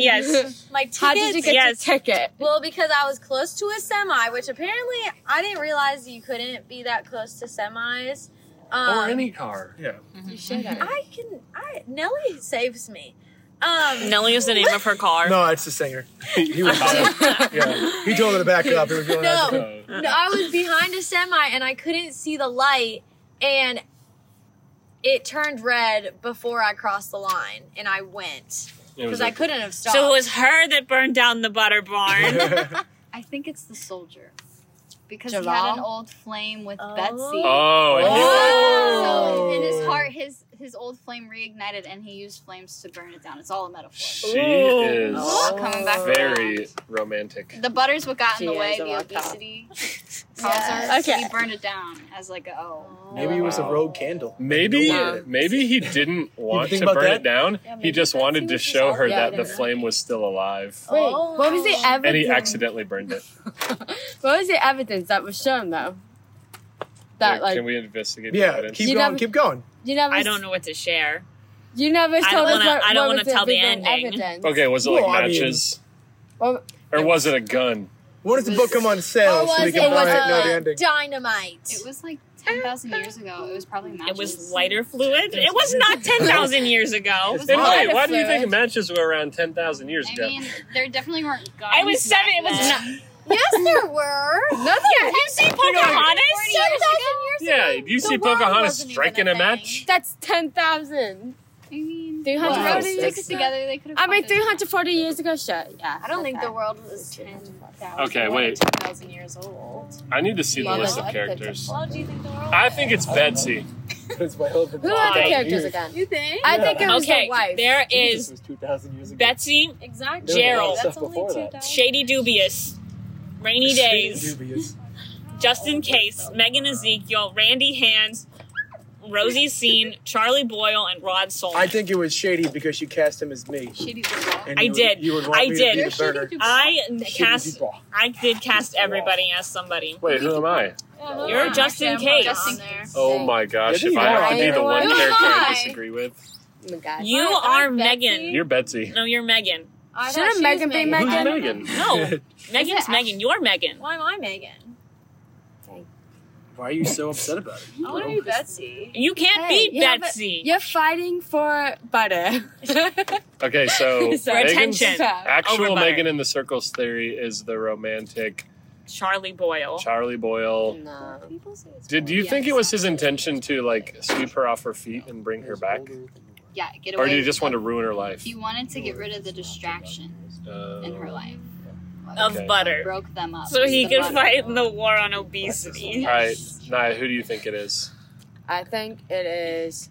Speaker 4: Yes.
Speaker 6: my tickets.
Speaker 9: How did you get
Speaker 4: Yes.
Speaker 9: your ticket?
Speaker 6: Well, because I was close to a semi, which apparently I didn't realize you couldn't be that close to semis. Um,
Speaker 1: or any car.
Speaker 2: Yeah.
Speaker 9: You should have.
Speaker 6: I can. I Nelly saves me. Um,
Speaker 4: Nelly is the name of her car.
Speaker 2: No, it's the singer.
Speaker 1: he was
Speaker 2: Yeah. He told her to back up. He was going
Speaker 6: No.
Speaker 2: after her.
Speaker 1: uh,
Speaker 6: no, I was behind a semi and I couldn't see the light, and it turned red before I crossed the line, and I went
Speaker 1: it was
Speaker 6: because I
Speaker 1: like-
Speaker 6: couldn't have stopped.
Speaker 4: So it was her that burned down the butter barn.
Speaker 8: I think it's the soldier. Because he
Speaker 9: Jalal?
Speaker 8: had an old flame with
Speaker 6: Oh.
Speaker 8: Betsy.
Speaker 1: Oh, and he-
Speaker 8: So
Speaker 2: Oh.
Speaker 8: in his heart, his his old flame reignited, and he used flames to burn it down. It's all a metaphor.
Speaker 1: she
Speaker 4: Ooh.
Speaker 1: is
Speaker 9: Oh.
Speaker 8: All coming back
Speaker 1: very
Speaker 8: around.
Speaker 1: romantic.
Speaker 8: The butter's what got in the
Speaker 9: She
Speaker 8: way.
Speaker 9: is a
Speaker 8: The
Speaker 9: rock top.
Speaker 8: obesity
Speaker 6: Yes.
Speaker 8: caused her.
Speaker 9: Okay.
Speaker 8: He burned it down as like a oh.
Speaker 2: Maybe it was a rogue candle.
Speaker 1: Maybe
Speaker 9: Wow.
Speaker 1: maybe he didn't want
Speaker 2: think
Speaker 1: to
Speaker 2: about
Speaker 1: burn
Speaker 2: that?
Speaker 1: it down.
Speaker 6: Yeah,
Speaker 1: he
Speaker 6: maybe
Speaker 1: just
Speaker 6: that's
Speaker 1: wanted
Speaker 6: who
Speaker 1: to
Speaker 6: was
Speaker 1: show her
Speaker 6: out
Speaker 1: that the
Speaker 6: there.
Speaker 1: flame was still alive.
Speaker 9: Wait,
Speaker 6: Oh.
Speaker 9: what was the evidence?
Speaker 1: And he accidentally burned it.
Speaker 9: What was the evidence that was shown though? That
Speaker 1: Yeah,
Speaker 9: like
Speaker 1: Can we investigate the
Speaker 2: Yeah,
Speaker 1: evidence?
Speaker 2: keep
Speaker 9: You
Speaker 2: going,
Speaker 9: never-
Speaker 2: keep going.
Speaker 9: you never.
Speaker 4: I don't know what to share.
Speaker 9: You never
Speaker 4: don't
Speaker 9: told us
Speaker 4: wanna-
Speaker 9: what,
Speaker 4: I don't
Speaker 9: what
Speaker 4: wanna
Speaker 9: was
Speaker 4: tell the
Speaker 9: revealing
Speaker 4: ending.
Speaker 9: Evidence.
Speaker 1: Okay, was it like
Speaker 2: Well, I mean-
Speaker 1: matches?
Speaker 9: Well,
Speaker 1: or was it a gun?
Speaker 2: When does the book come on
Speaker 6: Or
Speaker 2: sale so we
Speaker 6: Oh, was
Speaker 2: can
Speaker 6: it
Speaker 2: buy it?
Speaker 6: was
Speaker 2: Know the
Speaker 6: a
Speaker 2: ending.
Speaker 6: dynamite?
Speaker 8: It was like ten thousand years ago. It was probably matches.
Speaker 4: It was lighter fluid. It was not ten thousand years ago.
Speaker 8: It was
Speaker 1: And
Speaker 8: Well,
Speaker 1: wait,
Speaker 9: I
Speaker 1: why do you
Speaker 9: flew
Speaker 1: think matches were around ten thousand years
Speaker 8: I
Speaker 1: ago?
Speaker 8: mean, there definitely weren't guns.
Speaker 4: I was seven. It was
Speaker 8: back
Speaker 4: not.
Speaker 8: then.
Speaker 6: yes, there were.
Speaker 9: No,
Speaker 4: Have you seen Pocahontas?
Speaker 6: 10,000 years
Speaker 1: yeah,
Speaker 6: ago,
Speaker 1: if you
Speaker 6: the
Speaker 1: see
Speaker 6: world
Speaker 1: Pocahontas
Speaker 6: wasn't even
Speaker 1: striking a
Speaker 6: thing.
Speaker 1: match,
Speaker 9: that's ten thousand.
Speaker 8: I mean,
Speaker 9: Three
Speaker 8: well,
Speaker 9: hundred
Speaker 8: wow,
Speaker 9: years
Speaker 8: sticks
Speaker 9: ago.
Speaker 8: together. They could have.
Speaker 9: I mean, three hundred forty years ago. Sure. Yeah.
Speaker 6: I don't think
Speaker 9: okay.
Speaker 6: the world was 10,000.
Speaker 1: Okay, wait.
Speaker 6: 10,000 years old.
Speaker 1: I need to see the
Speaker 9: Yeah,
Speaker 1: list
Speaker 9: like,
Speaker 1: of
Speaker 9: I think
Speaker 1: characters.
Speaker 6: Well, do you think the world
Speaker 1: I think it's Betsy.
Speaker 2: It's my husband.
Speaker 9: Who are the
Speaker 4: Why?
Speaker 9: characters again?
Speaker 6: You think?
Speaker 9: I think it was
Speaker 4: Okay,
Speaker 9: the wife.
Speaker 4: there
Speaker 2: Jesus,
Speaker 4: is
Speaker 2: it was 2,000 years ago.
Speaker 4: Betsy,
Speaker 6: exactly.
Speaker 4: Gerald.
Speaker 6: That's
Speaker 2: Stuff
Speaker 6: only
Speaker 2: before that.
Speaker 6: 2,000.
Speaker 4: Shady Dubious, Rainy Days,
Speaker 2: Dubious. Oh
Speaker 4: Justin Case, Megan Ezekiel, Randy Hands, Rosie Scene, Charlie Boyle, and Rod Solomon.
Speaker 2: I think it was shady because you cast him as me.
Speaker 8: Shady Dubois.
Speaker 2: And
Speaker 4: I
Speaker 2: you would-
Speaker 4: did.
Speaker 2: you would want
Speaker 4: I
Speaker 2: me to
Speaker 4: did.
Speaker 2: be the
Speaker 8: You're Shady
Speaker 2: burner.
Speaker 8: Dubois.
Speaker 4: I
Speaker 2: Shady
Speaker 4: cast.
Speaker 2: Dubois.
Speaker 4: I did cast everybody as somebody.
Speaker 1: Wait, who am I?
Speaker 6: Yeah,
Speaker 4: You're
Speaker 6: who
Speaker 4: just in
Speaker 6: am I?
Speaker 4: case.
Speaker 6: Just in case.
Speaker 1: Oh my gosh, if I have to be the one
Speaker 6: Who am
Speaker 1: character I
Speaker 6: I?
Speaker 1: disagree with,
Speaker 9: Oh my God.
Speaker 4: You
Speaker 6: Am I
Speaker 4: are
Speaker 6: Betsy?
Speaker 4: Megan.
Speaker 1: you're Betsy.
Speaker 4: No, you're Megan.
Speaker 6: I thought
Speaker 9: Shouldn't
Speaker 6: she was
Speaker 9: Megan be Megan?
Speaker 1: Who's Megan?
Speaker 4: No, Megan's
Speaker 8: it
Speaker 4: Megan. You're Megan.
Speaker 6: Why am I Megan?
Speaker 2: Why are you so upset about it?
Speaker 6: I want to be Betsy.
Speaker 4: You can't
Speaker 9: Hey,
Speaker 4: be
Speaker 9: yeah, but
Speaker 4: Betsy.
Speaker 9: You're fighting for butter.
Speaker 1: Okay, so
Speaker 9: So-
Speaker 1: Megan's
Speaker 4: Attention. Over
Speaker 1: actual
Speaker 4: butter.
Speaker 1: Megan in the Circles theory is the romantic
Speaker 4: Charlie Boyle.
Speaker 1: Charlie Boyle.
Speaker 9: no.
Speaker 6: People say it's
Speaker 1: Did you
Speaker 8: Yes.
Speaker 1: think it was his intention to like sweep her off her feet and bring her back,
Speaker 8: Yeah, get away.
Speaker 1: or did he
Speaker 8: with
Speaker 1: just want
Speaker 8: it.
Speaker 1: to ruin her life?
Speaker 8: He wanted to get rid of the distraction in her
Speaker 1: Um,
Speaker 8: life.
Speaker 4: of
Speaker 1: Okay.
Speaker 4: butter.
Speaker 8: Broke them up.
Speaker 4: So he
Speaker 8: The
Speaker 4: could
Speaker 8: butter.
Speaker 4: fight in the war on obesity.
Speaker 1: all right, Naya, who do you think it is?
Speaker 9: I think it is.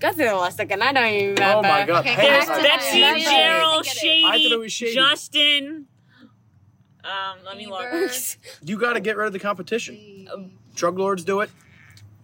Speaker 9: Go through the list again. I don't even remember.
Speaker 2: Oh my god.
Speaker 8: Okay,
Speaker 2: Hey,
Speaker 4: There's
Speaker 2: I thought-
Speaker 4: Betsy,
Speaker 9: Remember.
Speaker 4: Gerald,
Speaker 8: I get it.
Speaker 4: Shady,
Speaker 2: I thought it was Shady.
Speaker 4: Justin. Um, let me look.
Speaker 6: Bieber.
Speaker 2: You got to get rid of the competition.
Speaker 8: Mm,
Speaker 2: Drug lords do it.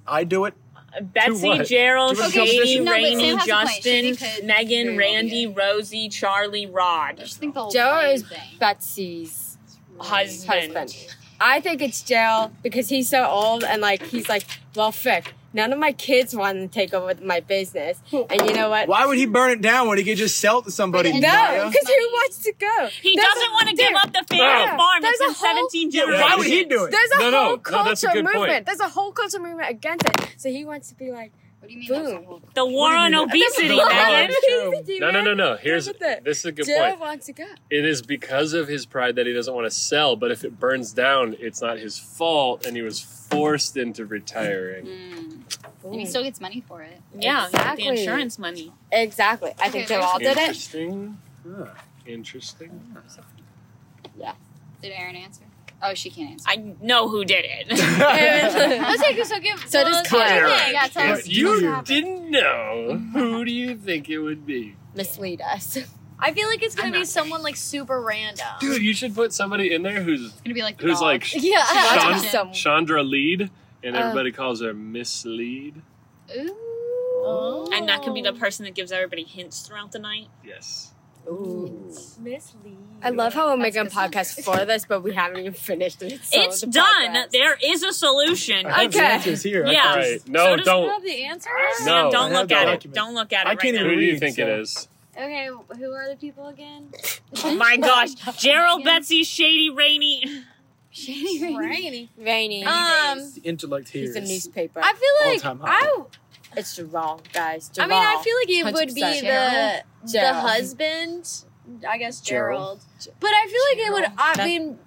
Speaker 2: I do it.
Speaker 4: Betsy,
Speaker 1: what?
Speaker 4: Gerald,
Speaker 2: To what
Speaker 4: Shady,
Speaker 2: competition?
Speaker 8: No, but
Speaker 4: Rainey,
Speaker 8: Sam has a point.
Speaker 4: Justin,
Speaker 8: Shady could
Speaker 4: Megan,
Speaker 8: very well
Speaker 4: Randy,
Speaker 8: be
Speaker 4: Rosie, Charlie,
Speaker 8: I
Speaker 4: Rod.
Speaker 8: just think the whole
Speaker 9: Joe
Speaker 8: flame
Speaker 9: is
Speaker 8: thing.
Speaker 9: Betsy's
Speaker 4: Husband.
Speaker 9: husband.
Speaker 3: I think it's jail because he's so old and like he's like, well, frick, none of my kids want to take over my business, and you know what?
Speaker 2: Why would he burn it down when he could just sell it to somebody?
Speaker 8: Burn it
Speaker 3: No,
Speaker 8: down.
Speaker 2: Maria?
Speaker 3: because who wants to go?
Speaker 4: He
Speaker 3: There's
Speaker 4: doesn't
Speaker 3: a-
Speaker 4: want to give
Speaker 3: dude,
Speaker 4: up the family
Speaker 3: Yeah.
Speaker 4: farm.
Speaker 3: There's
Speaker 4: It's been
Speaker 3: a whole-
Speaker 4: 17 generations.
Speaker 2: Oh. Why would he do it?
Speaker 3: There's a
Speaker 1: No, no,
Speaker 3: whole
Speaker 1: no, that's a
Speaker 3: culture
Speaker 1: good point.
Speaker 3: movement. There's a whole culture movement against it. So he wants to be like,
Speaker 8: What do you mean? that was a
Speaker 3: Boom.
Speaker 8: whole-
Speaker 4: The war on obesity,
Speaker 2: No,
Speaker 4: man.
Speaker 1: No, no, no, no. Here's
Speaker 3: Look at that.
Speaker 1: this is a good
Speaker 3: Joe
Speaker 1: point.
Speaker 3: wants to go.
Speaker 1: It is because of his pride that he doesn't want to sell, but if it burns down, it's not his fault and he was forced into retiring.
Speaker 8: Mm. And he still gets money for it.
Speaker 4: Yeah,
Speaker 3: Exactly.
Speaker 4: the insurance money.
Speaker 3: Exactly. I think
Speaker 8: Okay,
Speaker 3: they all did it.
Speaker 1: Interesting. Huh. Interesting.
Speaker 8: Did Aaron answer? Oh, she can't answer.
Speaker 4: I know who did it.
Speaker 8: Let's take so give.
Speaker 3: So does
Speaker 8: what do you
Speaker 1: Connor.
Speaker 8: think? Yeah, tell us.
Speaker 1: If you didn't know, who do you think it would be?
Speaker 3: Mislead us.
Speaker 6: I feel like it's gonna
Speaker 4: I'm
Speaker 6: be
Speaker 4: not
Speaker 6: someone like super random.
Speaker 1: Dude, you should put somebody in there who's
Speaker 8: It's gonna be like the
Speaker 1: who's
Speaker 8: dog.
Speaker 1: like
Speaker 6: Yeah.
Speaker 1: Sean?
Speaker 3: Watching some-
Speaker 1: Chandra Lead, and
Speaker 3: Uh.
Speaker 1: everybody calls her Miss Lead.
Speaker 8: Ooh.
Speaker 4: and that could be the person that gives everybody hints throughout the night.
Speaker 1: Yes.
Speaker 3: I love how we're
Speaker 8: That's
Speaker 3: making a
Speaker 8: good sound.
Speaker 3: podcast for this, but we haven't even finished it. So
Speaker 4: it's
Speaker 3: the
Speaker 4: done.
Speaker 3: podcast-
Speaker 4: There is a solution.
Speaker 2: I have the
Speaker 3: Okay.
Speaker 2: answers here. I
Speaker 4: Yeah.
Speaker 2: can
Speaker 1: All
Speaker 2: just-
Speaker 1: right. No,
Speaker 4: So does-
Speaker 6: Do you
Speaker 1: don't.
Speaker 6: have the answers?
Speaker 1: No,
Speaker 4: Sam, don't
Speaker 2: I have
Speaker 4: look
Speaker 2: the
Speaker 4: at it.
Speaker 2: document.
Speaker 4: Don't look at it
Speaker 2: I
Speaker 4: right
Speaker 2: can't
Speaker 4: now.
Speaker 1: Who do you
Speaker 2: Read,
Speaker 1: think it
Speaker 2: so-
Speaker 1: is?
Speaker 6: Okay, who are the people again?
Speaker 4: Oh my gosh. Gerald, Betsy, Shady, Rainey.
Speaker 8: Shady Rainey.
Speaker 3: Rainy.
Speaker 6: Um,
Speaker 2: The intellect here.
Speaker 3: He's a
Speaker 2: is-
Speaker 3: newspaper.
Speaker 6: I feel like
Speaker 2: All-time high.
Speaker 6: I.
Speaker 3: it's Jerome, guys.
Speaker 6: I mean, I feel like it would be
Speaker 3: 100%.
Speaker 6: the the
Speaker 3: Gerald.
Speaker 6: husband. I guess Gerald.
Speaker 2: Gerald.
Speaker 6: But I feel like it would.
Speaker 3: Gerald.
Speaker 6: I
Speaker 3: That-
Speaker 6: mean,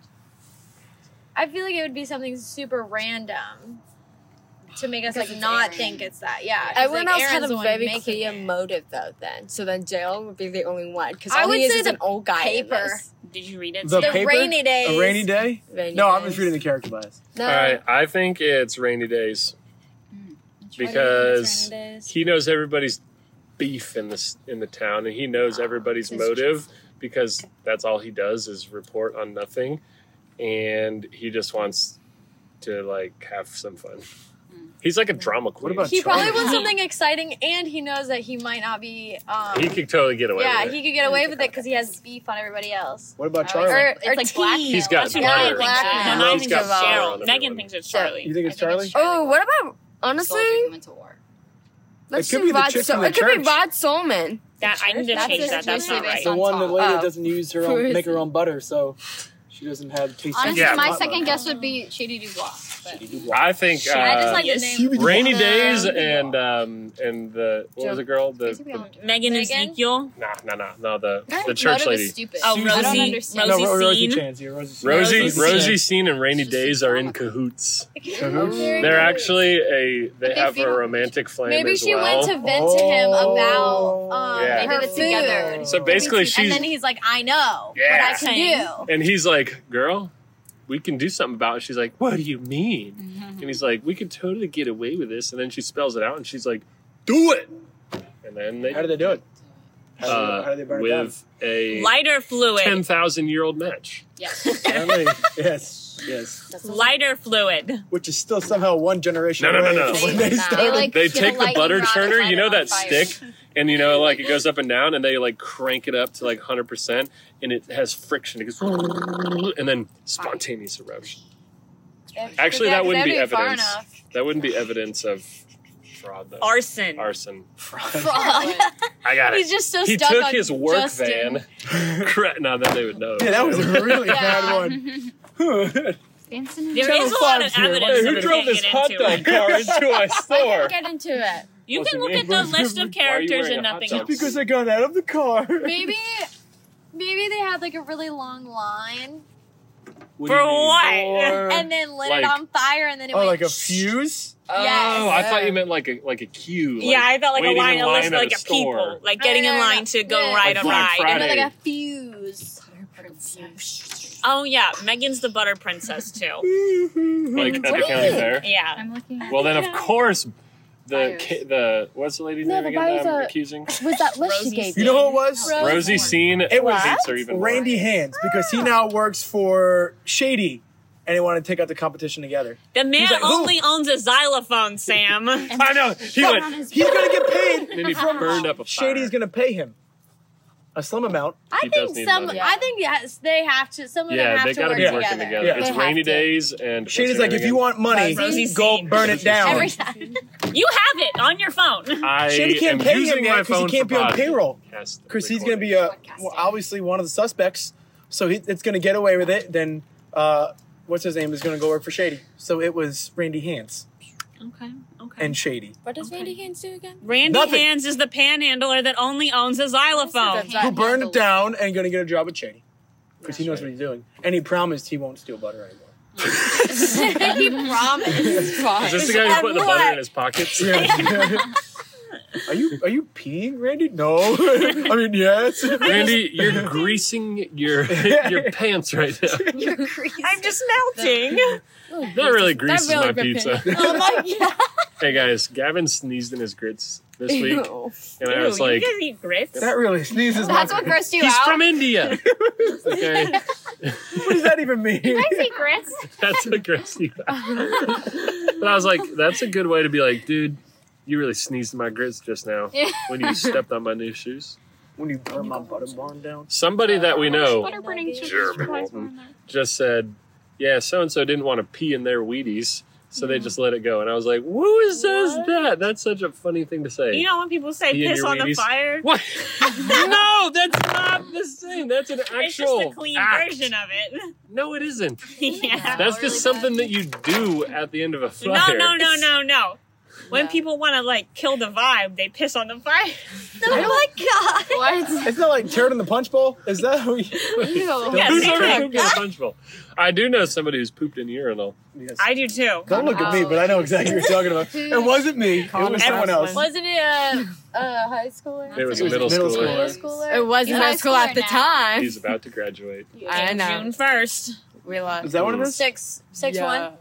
Speaker 6: I feel like it would be something super random to make us
Speaker 8: Because
Speaker 6: like
Speaker 8: it's
Speaker 6: not
Speaker 8: Aaron.
Speaker 6: think it's that. Yeah. 'cause,
Speaker 3: Everyone
Speaker 6: like,
Speaker 3: else had
Speaker 6: Aaron's the
Speaker 3: a
Speaker 6: one
Speaker 3: very
Speaker 6: making
Speaker 3: clear
Speaker 6: it.
Speaker 3: motive, though. Then, so then Jail would be the only one because
Speaker 6: I
Speaker 3: all
Speaker 6: would
Speaker 3: he is
Speaker 6: say
Speaker 3: is
Speaker 6: the
Speaker 3: an old guy. in
Speaker 6: paper.
Speaker 3: this.
Speaker 4: Did you read it?
Speaker 2: The
Speaker 6: The
Speaker 4: Sam?
Speaker 2: paper?
Speaker 6: rainy days.
Speaker 2: A rainy day?
Speaker 3: Rainy
Speaker 2: No, I'm
Speaker 3: days.
Speaker 2: just reading the character bias.
Speaker 3: No.
Speaker 1: All right. I think it's Rainy Days because he knows everybody's beef in this in the town, and he knows everybody's motive because that's all he does is report on nothing, and he just wants to like have some fun.
Speaker 6: Hmm.
Speaker 1: He's like a drama
Speaker 2: What
Speaker 1: queen.
Speaker 2: about
Speaker 6: He probably
Speaker 2: Charlie?
Speaker 6: wants something exciting, and he knows that he might not be. Um,
Speaker 1: He could totally get away.
Speaker 6: yeah,
Speaker 1: with it.
Speaker 6: he could get away with it because he has beef on everybody else.
Speaker 2: What about
Speaker 8: Oh,
Speaker 2: Charlie?
Speaker 6: Or,
Speaker 8: It's
Speaker 6: or
Speaker 8: like
Speaker 6: tea.
Speaker 8: blackmail.
Speaker 1: He's got
Speaker 4: That's what
Speaker 6: butter.
Speaker 4: I think.
Speaker 6: Black
Speaker 4: Then
Speaker 6: man.
Speaker 4: I
Speaker 1: He's
Speaker 4: think
Speaker 1: got
Speaker 4: it's
Speaker 1: butter on
Speaker 4: Gerald. Megan
Speaker 1: everyone.
Speaker 4: thinks it's
Speaker 2: you
Speaker 4: Charlie.
Speaker 2: think it's
Speaker 8: I think
Speaker 2: Charlie?
Speaker 8: it's
Speaker 3: Oh, what about
Speaker 8: Soldier who
Speaker 3: honestly?
Speaker 8: went to war.
Speaker 3: Let's
Speaker 2: could
Speaker 3: do
Speaker 2: be the
Speaker 3: Rod.
Speaker 2: chicks
Speaker 3: Sol-
Speaker 2: from the
Speaker 3: it could be
Speaker 2: church.
Speaker 3: Rod Solman.
Speaker 4: That I need to
Speaker 3: That's
Speaker 4: change
Speaker 3: his
Speaker 4: that. That's not
Speaker 8: name.
Speaker 4: right.
Speaker 2: the one that later
Speaker 3: Oh.
Speaker 2: doesn't use her
Speaker 3: Who
Speaker 2: own,
Speaker 3: is
Speaker 2: make her
Speaker 3: he?
Speaker 2: own butter, so she doesn't have taste.
Speaker 8: Honestly,
Speaker 1: Yeah.
Speaker 8: my second guess would be Shady Dubois. But
Speaker 1: I think uh,
Speaker 6: I just like the
Speaker 4: yes.
Speaker 6: name.
Speaker 1: rainy
Speaker 6: Um,
Speaker 1: days and um and the what was the girl the,
Speaker 8: Basically,
Speaker 1: the
Speaker 8: all-
Speaker 4: Megan and
Speaker 6: Megan?
Speaker 4: Ezekiel.
Speaker 1: nah nah nah no the
Speaker 8: Her
Speaker 1: the church
Speaker 8: motive is
Speaker 1: lady
Speaker 8: Stupid.
Speaker 4: Oh,
Speaker 2: Susan.
Speaker 4: Rosie.
Speaker 2: I don't
Speaker 8: understand.
Speaker 4: Rosie
Speaker 2: no, Ro- Rosie
Speaker 4: Scene.
Speaker 2: Chance. Yeah, Rosie Scene.
Speaker 1: Rosie
Speaker 4: Rosie
Speaker 1: Rosie
Speaker 2: Scene.
Speaker 1: Scene and rainy
Speaker 8: She's
Speaker 1: days
Speaker 8: just
Speaker 1: are in
Speaker 8: drama.
Speaker 1: cahoots.
Speaker 2: Cahoots.
Speaker 1: They're actually a they
Speaker 8: But they
Speaker 1: have
Speaker 8: feed
Speaker 1: a
Speaker 8: on-
Speaker 1: romantic flame
Speaker 6: Maybe
Speaker 1: as
Speaker 6: she
Speaker 1: well.
Speaker 6: went to vent to him about
Speaker 2: Oh.
Speaker 6: um,
Speaker 1: Yeah.
Speaker 6: her
Speaker 8: They did it
Speaker 6: food.
Speaker 8: together.
Speaker 1: so basically
Speaker 6: and
Speaker 1: she's
Speaker 6: then he's like, "I know what
Speaker 1: Yeah.
Speaker 6: I can do."
Speaker 1: and he's like, girl. We can do something about it. She's like, What do you mean?
Speaker 8: Mm-hmm.
Speaker 1: And he's like, We could totally get away with this. And then she spells it out and she's like, Do it. And then they,
Speaker 2: How did they do it? How did they,
Speaker 1: uh,
Speaker 2: how did they burn
Speaker 1: with a
Speaker 4: Lighter fluid.
Speaker 1: ten thousand year old match.
Speaker 8: Yes.
Speaker 2: it down? Apparently, yes, yes.
Speaker 4: Lighter fluid.
Speaker 2: Which is still somehow one generation
Speaker 1: No, no, no,
Speaker 2: away
Speaker 1: no.
Speaker 2: from when they
Speaker 8: They,
Speaker 2: started.
Speaker 8: like,
Speaker 1: They
Speaker 8: get a
Speaker 1: take the
Speaker 8: lightning
Speaker 1: butter
Speaker 8: rod and
Speaker 1: churner,
Speaker 8: light
Speaker 1: you know
Speaker 8: it
Speaker 1: that
Speaker 8: on fire.
Speaker 1: stick, and you know like it goes up and down, and they like crank it up to like hundred percent, and it has friction. It goes and then spontaneous eruption. Actually, that wouldn't be evidence. That wouldn't be evidence of fraud though.
Speaker 4: Arson.
Speaker 1: Arson.
Speaker 6: Frog.
Speaker 1: I got
Speaker 6: he's
Speaker 1: it.
Speaker 6: just so
Speaker 1: He
Speaker 6: stuck
Speaker 1: took
Speaker 6: on
Speaker 1: his work
Speaker 6: Justin.
Speaker 1: van. Cra- now that they would know.
Speaker 2: yeah, that was a really
Speaker 6: Yeah.
Speaker 2: bad one.
Speaker 8: Dancing
Speaker 4: There is a lot of evidence. that we can't get into.
Speaker 1: car into our store?
Speaker 3: Get into it.
Speaker 4: You
Speaker 1: What's
Speaker 4: can
Speaker 1: your
Speaker 4: look at
Speaker 1: name?
Speaker 4: the list of
Speaker 1: Why are you
Speaker 4: characters
Speaker 1: wearing
Speaker 4: and
Speaker 1: a hot
Speaker 4: nothing
Speaker 1: dog?
Speaker 4: else.
Speaker 2: because I got out of the car.
Speaker 6: Maybe, maybe they had like a really long line,
Speaker 1: What do
Speaker 4: For
Speaker 1: you mean?
Speaker 4: what?
Speaker 6: and then lit it
Speaker 1: Uh, Like-
Speaker 6: on fire, and then it
Speaker 2: Oh,
Speaker 6: went.
Speaker 2: like a fuse?
Speaker 6: Yes.
Speaker 1: Oh, I thought you meant like a like a queue. like
Speaker 4: yeah, I felt like a
Speaker 1: waiting
Speaker 4: line,
Speaker 1: in
Speaker 4: a list
Speaker 1: line
Speaker 4: of
Speaker 1: at
Speaker 4: like a
Speaker 1: store.
Speaker 4: people, like getting in
Speaker 6: Yeah,
Speaker 4: line to go
Speaker 6: yeah.
Speaker 4: ride a
Speaker 1: Black
Speaker 4: ride.
Speaker 1: Friday.
Speaker 6: no, like a fuse.
Speaker 4: Oh yeah, Megan's the butter princess too.
Speaker 1: like at the county fair.
Speaker 4: Yeah,
Speaker 8: I'm looking at
Speaker 1: Well, then of course, the
Speaker 8: Fires.
Speaker 1: ki- the what's the lady's
Speaker 3: No,
Speaker 1: name
Speaker 3: the
Speaker 1: again? that I'm
Speaker 3: guys are-
Speaker 1: accusing
Speaker 3: Was that list she
Speaker 4: Rosie's
Speaker 3: gave
Speaker 2: You know who it was?
Speaker 6: Rosie.
Speaker 1: Rosie Scene.
Speaker 2: It was
Speaker 1: thinks are even
Speaker 2: Randy Hands, because he now works for Shady, and they want to take out the competition together.
Speaker 4: the man
Speaker 2: like, "Who?"
Speaker 4: only owns a xylophone, Sam.
Speaker 1: More. I know. He went.
Speaker 2: He's gonna get
Speaker 1: And then
Speaker 2: paid.
Speaker 1: he burned up a fire.
Speaker 2: Shady's gonna pay him. a slim amount.
Speaker 6: I
Speaker 1: He does
Speaker 6: think
Speaker 1: need
Speaker 6: some.
Speaker 1: money.
Speaker 6: I be Yes, they have to. Some of them
Speaker 1: yeah,
Speaker 6: have
Speaker 1: they
Speaker 6: to
Speaker 1: got to
Speaker 6: work
Speaker 1: be
Speaker 6: together.
Speaker 1: working together.
Speaker 2: Yeah.
Speaker 1: It's
Speaker 6: They
Speaker 1: rainy
Speaker 6: have to.
Speaker 1: days, and what's
Speaker 2: Shady's
Speaker 1: her
Speaker 2: like,
Speaker 1: name
Speaker 2: if you
Speaker 1: again?
Speaker 2: want money,
Speaker 4: Rosie's
Speaker 2: go
Speaker 4: seen.
Speaker 2: burn it down.
Speaker 6: Every time.
Speaker 4: You have it on your phone.
Speaker 1: I
Speaker 2: Shady can't
Speaker 1: am
Speaker 2: pay him
Speaker 1: using
Speaker 2: yet
Speaker 1: my
Speaker 2: 'cause he
Speaker 1: phone
Speaker 2: can't
Speaker 1: for
Speaker 2: be on
Speaker 1: podcast
Speaker 2: payroll. Because he's going to be a,
Speaker 9: Podcasting.
Speaker 2: well, obviously one of the suspects, so he, it's going to get away with it. Then, uh, what's his name is going to go work for Shady. So it was Randy Hands
Speaker 4: Okay. Okay.
Speaker 2: and Shady,
Speaker 3: What does
Speaker 4: Okay.
Speaker 3: Randy Hands do again?
Speaker 4: Randy
Speaker 2: Nothing.
Speaker 4: Hands is the panhandler that only owns a xylophone.
Speaker 9: That's right.
Speaker 2: who burned it down and going to get a job at Shady because he
Speaker 1: That's
Speaker 2: knows
Speaker 1: right.
Speaker 2: what he's doing, and he promised he won't steal butter anymore.
Speaker 3: he promised.
Speaker 1: Is this the guy who put the butter in his pockets?
Speaker 2: are you are you peeing, Randy? No, I mean yes.
Speaker 1: Randy, you're greasing your your pants right now.
Speaker 6: You're crazy.
Speaker 4: I'm just melting.
Speaker 1: That really greases
Speaker 3: really
Speaker 1: my
Speaker 3: gripped
Speaker 1: pizza.
Speaker 6: Oh my god.
Speaker 1: hey guys, Gavin sneezed in his grits this week, and I was
Speaker 4: Ew,
Speaker 1: like,
Speaker 4: you guys eat grits?
Speaker 2: That really sneezes.
Speaker 8: That's
Speaker 2: my-
Speaker 8: what grossed you
Speaker 1: "He's
Speaker 8: out.
Speaker 1: from India." okay,
Speaker 2: what does that even mean?
Speaker 8: Did I say grits?
Speaker 1: that's what grits you out. But I was like, "That's a good way to be like, dude." You really sneezed in my grits just now when you stepped on my new shoes.
Speaker 2: when you burn my butter barn down.
Speaker 1: Somebody that we know
Speaker 8: Butter burning chicken.
Speaker 1: German
Speaker 8: fries
Speaker 1: Walton.
Speaker 8: were in there.
Speaker 1: just said, "Yeah, so and so didn't want to pee in their Wheaties, so
Speaker 4: Mm.
Speaker 1: they just let it go." And I was like, "Who says that? That's such a funny thing to say."
Speaker 4: You know when people say
Speaker 1: He and
Speaker 4: piss
Speaker 1: your
Speaker 4: on the
Speaker 1: Wheaties.
Speaker 4: fire?
Speaker 1: what? no, that's not the same. That's an actual.
Speaker 4: It's just the clean
Speaker 1: act.
Speaker 4: version of it.
Speaker 1: No, it isn't.
Speaker 4: yeah.
Speaker 1: That's just something that you do at the end of a
Speaker 4: No,
Speaker 1: fire.
Speaker 4: no, no, no, no. When
Speaker 9: Yeah.
Speaker 4: people want to like kill the vibe, they piss on the fire.
Speaker 6: Oh my god.
Speaker 9: What?
Speaker 2: It's not like turd in the punch bowl. Is that? Who you-
Speaker 9: Ew.
Speaker 4: Yeah,
Speaker 1: Who's
Speaker 4: same
Speaker 1: ever
Speaker 4: thing.
Speaker 1: pooped in a punch bowl? I do know somebody who's pooped in a urinal.
Speaker 2: Yes.
Speaker 4: I do too.
Speaker 2: Don't look at me, but I know exactly what you're talking about. It wasn't me. It was someone else.
Speaker 9: Wasn't it a, a high schooler?
Speaker 1: It was
Speaker 2: It
Speaker 1: a
Speaker 2: was
Speaker 1: middle,
Speaker 2: middle
Speaker 1: schooler.
Speaker 2: schooler.
Speaker 3: It wasn't high school at the time.
Speaker 1: He's about to graduate.
Speaker 3: I know.
Speaker 4: June first.
Speaker 3: We lost.
Speaker 2: Is that one of those?
Speaker 6: Six, six one.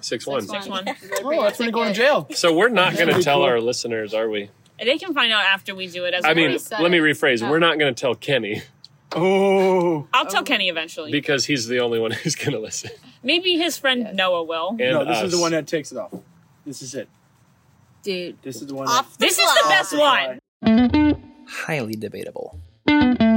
Speaker 1: Six one.
Speaker 4: Six one.
Speaker 2: Oh, that's when you're going to jail.
Speaker 1: So we're not going to
Speaker 2: Pretty
Speaker 1: tell
Speaker 2: cool.
Speaker 1: our listeners, are we?
Speaker 4: They can find out after we do it as
Speaker 1: I
Speaker 4: a
Speaker 1: mean,
Speaker 4: group.
Speaker 1: let me rephrase.
Speaker 4: Oh.
Speaker 1: We're not going to tell Kenny
Speaker 2: Oh,
Speaker 4: I'll tell Kenny eventually.
Speaker 1: because he's the only one who's going to listen.
Speaker 4: Maybe his friend Noah will.
Speaker 1: And
Speaker 2: no, this is the
Speaker 1: us.
Speaker 2: one that takes it off. This is it.
Speaker 3: Dude.
Speaker 2: This is the one. That-
Speaker 6: Off the
Speaker 4: This is the
Speaker 6: clock.
Speaker 4: best one.
Speaker 7: Highly debatable.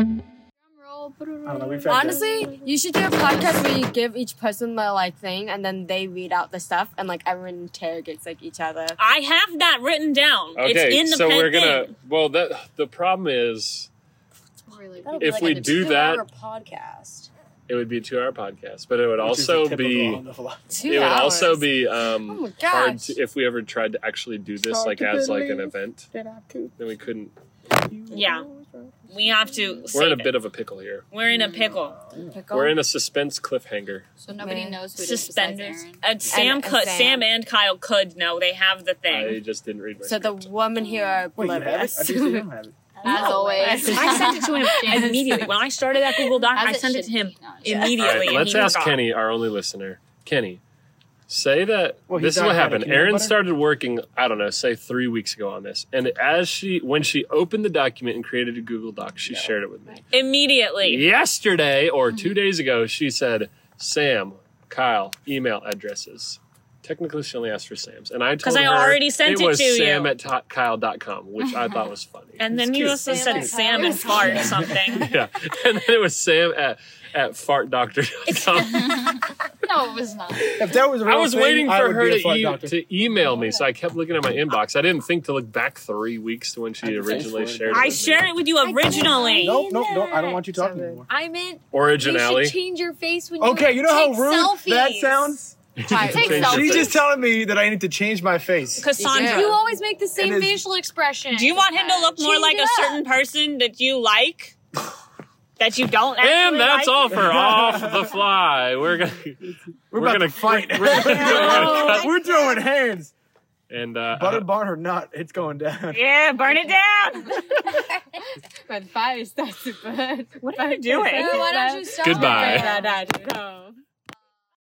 Speaker 2: I don't know. We've had that.
Speaker 3: Honestly, you should do a podcast where you give each person the like thing, and then they read out the stuff, and like everyone interrogates like each other.
Speaker 4: I have that written down.
Speaker 1: Okay,
Speaker 4: it's in the
Speaker 1: so
Speaker 4: pen
Speaker 1: we're gonna.
Speaker 4: thing.
Speaker 1: Well, that the problem is
Speaker 8: Really
Speaker 3: That'll
Speaker 1: If we
Speaker 3: a
Speaker 1: do
Speaker 3: two-hour
Speaker 1: that-
Speaker 3: podcast
Speaker 1: it would be a two-hour podcast, but it would
Speaker 2: Which is
Speaker 1: also
Speaker 2: the
Speaker 1: be.
Speaker 2: typical on the fly.
Speaker 3: two
Speaker 1: It would
Speaker 3: hours.
Speaker 1: also be um,
Speaker 3: Oh my
Speaker 1: hard
Speaker 3: gosh.
Speaker 1: to, if we ever tried to actually do this
Speaker 2: hard
Speaker 1: like
Speaker 2: to
Speaker 1: as like an
Speaker 2: believe.
Speaker 1: event. Then we couldn't.
Speaker 4: Yeah. We have to.
Speaker 1: We're in
Speaker 4: save
Speaker 1: a bit
Speaker 4: it.
Speaker 1: of a pickle here.
Speaker 4: We're in a pickle.
Speaker 3: Pickle.
Speaker 1: We're in a suspense cliffhanger.
Speaker 8: So nobody
Speaker 3: Yeah.
Speaker 8: knows who it is besides
Speaker 4: Suspenders.
Speaker 8: Aaron.
Speaker 4: And Sam
Speaker 3: and
Speaker 4: could.
Speaker 3: Sam.
Speaker 4: Sam and Kyle could know. They have the
Speaker 1: I
Speaker 4: thing.
Speaker 1: just didn't read my.
Speaker 3: so the
Speaker 1: script.
Speaker 3: women here are
Speaker 2: Wait, you have it? I
Speaker 3: oblivious.
Speaker 2: think you don't have it.
Speaker 8: As always.
Speaker 4: I sent it to him immediately when I started that Google Doc.
Speaker 8: As
Speaker 4: I sent it
Speaker 8: should
Speaker 4: to him
Speaker 8: be. No, it's-
Speaker 1: All right,
Speaker 4: immediately. and
Speaker 1: let's
Speaker 4: he
Speaker 1: ask
Speaker 4: forgot.
Speaker 1: Kenny, our only listener. Kenny, say that
Speaker 2: Well, he's
Speaker 1: this is
Speaker 2: not
Speaker 1: what
Speaker 2: had a
Speaker 1: happened.
Speaker 2: peanut
Speaker 1: Erin
Speaker 2: butter?
Speaker 1: started working, I don't know, say three weeks ago on this, and as she when she opened the document and created a Google Doc, she shared it with me.
Speaker 4: immediately.
Speaker 1: Yesterday or
Speaker 4: Mm-hmm.
Speaker 1: two days ago, she said Sam, Kyle, email addresses. Technically, she only asked for Sam's, and I told
Speaker 4: 'Cause I
Speaker 1: her
Speaker 4: already sent it
Speaker 1: was
Speaker 4: to you.
Speaker 1: Sam at to- kyle.com, which I thought was funny.
Speaker 4: And then you also said Sam and fart something.
Speaker 1: yeah, and then it was Sam at at fartdoctor.com.
Speaker 8: No, it was not.
Speaker 2: If that was a real
Speaker 1: I was
Speaker 2: thing,
Speaker 1: waiting
Speaker 2: I
Speaker 1: for
Speaker 2: would
Speaker 1: her
Speaker 2: be a
Speaker 1: to,
Speaker 2: flight
Speaker 1: e-
Speaker 2: doctor.
Speaker 1: to email me, so I kept looking at my inbox. I didn't think to look back three weeks to when
Speaker 2: I
Speaker 1: she
Speaker 2: didn't
Speaker 1: originally
Speaker 2: think so.
Speaker 1: shared it.
Speaker 4: I
Speaker 1: with me.
Speaker 4: shared it with you originally.
Speaker 2: Nope, nope, nope. I don't want you talking
Speaker 3: Sorry.
Speaker 2: anymore.
Speaker 6: I meant you should
Speaker 1: Originality.
Speaker 6: change your face when you
Speaker 2: Okay, you know how
Speaker 6: take
Speaker 2: rude that
Speaker 6: selfies.
Speaker 2: sounds.
Speaker 3: Quite-
Speaker 8: Take
Speaker 1: Change your
Speaker 8: selfies.
Speaker 2: She's just
Speaker 1: face.
Speaker 2: telling me that I need to change my face.
Speaker 4: Cassandra.
Speaker 6: You always make the same
Speaker 2: And it's-
Speaker 6: facial expression.
Speaker 4: Do you want him to look more
Speaker 6: Change
Speaker 4: like
Speaker 6: it
Speaker 4: a
Speaker 6: up.
Speaker 4: certain person that you like? that you don't actually
Speaker 1: And that's
Speaker 4: like?
Speaker 1: all for off the fly. We're gonna
Speaker 2: We're,
Speaker 1: We're
Speaker 2: about
Speaker 1: gonna-
Speaker 2: to fight.
Speaker 1: we're gonna- we're gonna
Speaker 2: We're throwing hands.
Speaker 1: and uh,
Speaker 2: Butter barn or not, it's going down.
Speaker 4: Yeah, burn it down.
Speaker 3: when fire starts to burn.
Speaker 4: What are you doing?
Speaker 6: Why don't you stop
Speaker 1: Goodbye.
Speaker 6: it?
Speaker 3: No, no, no.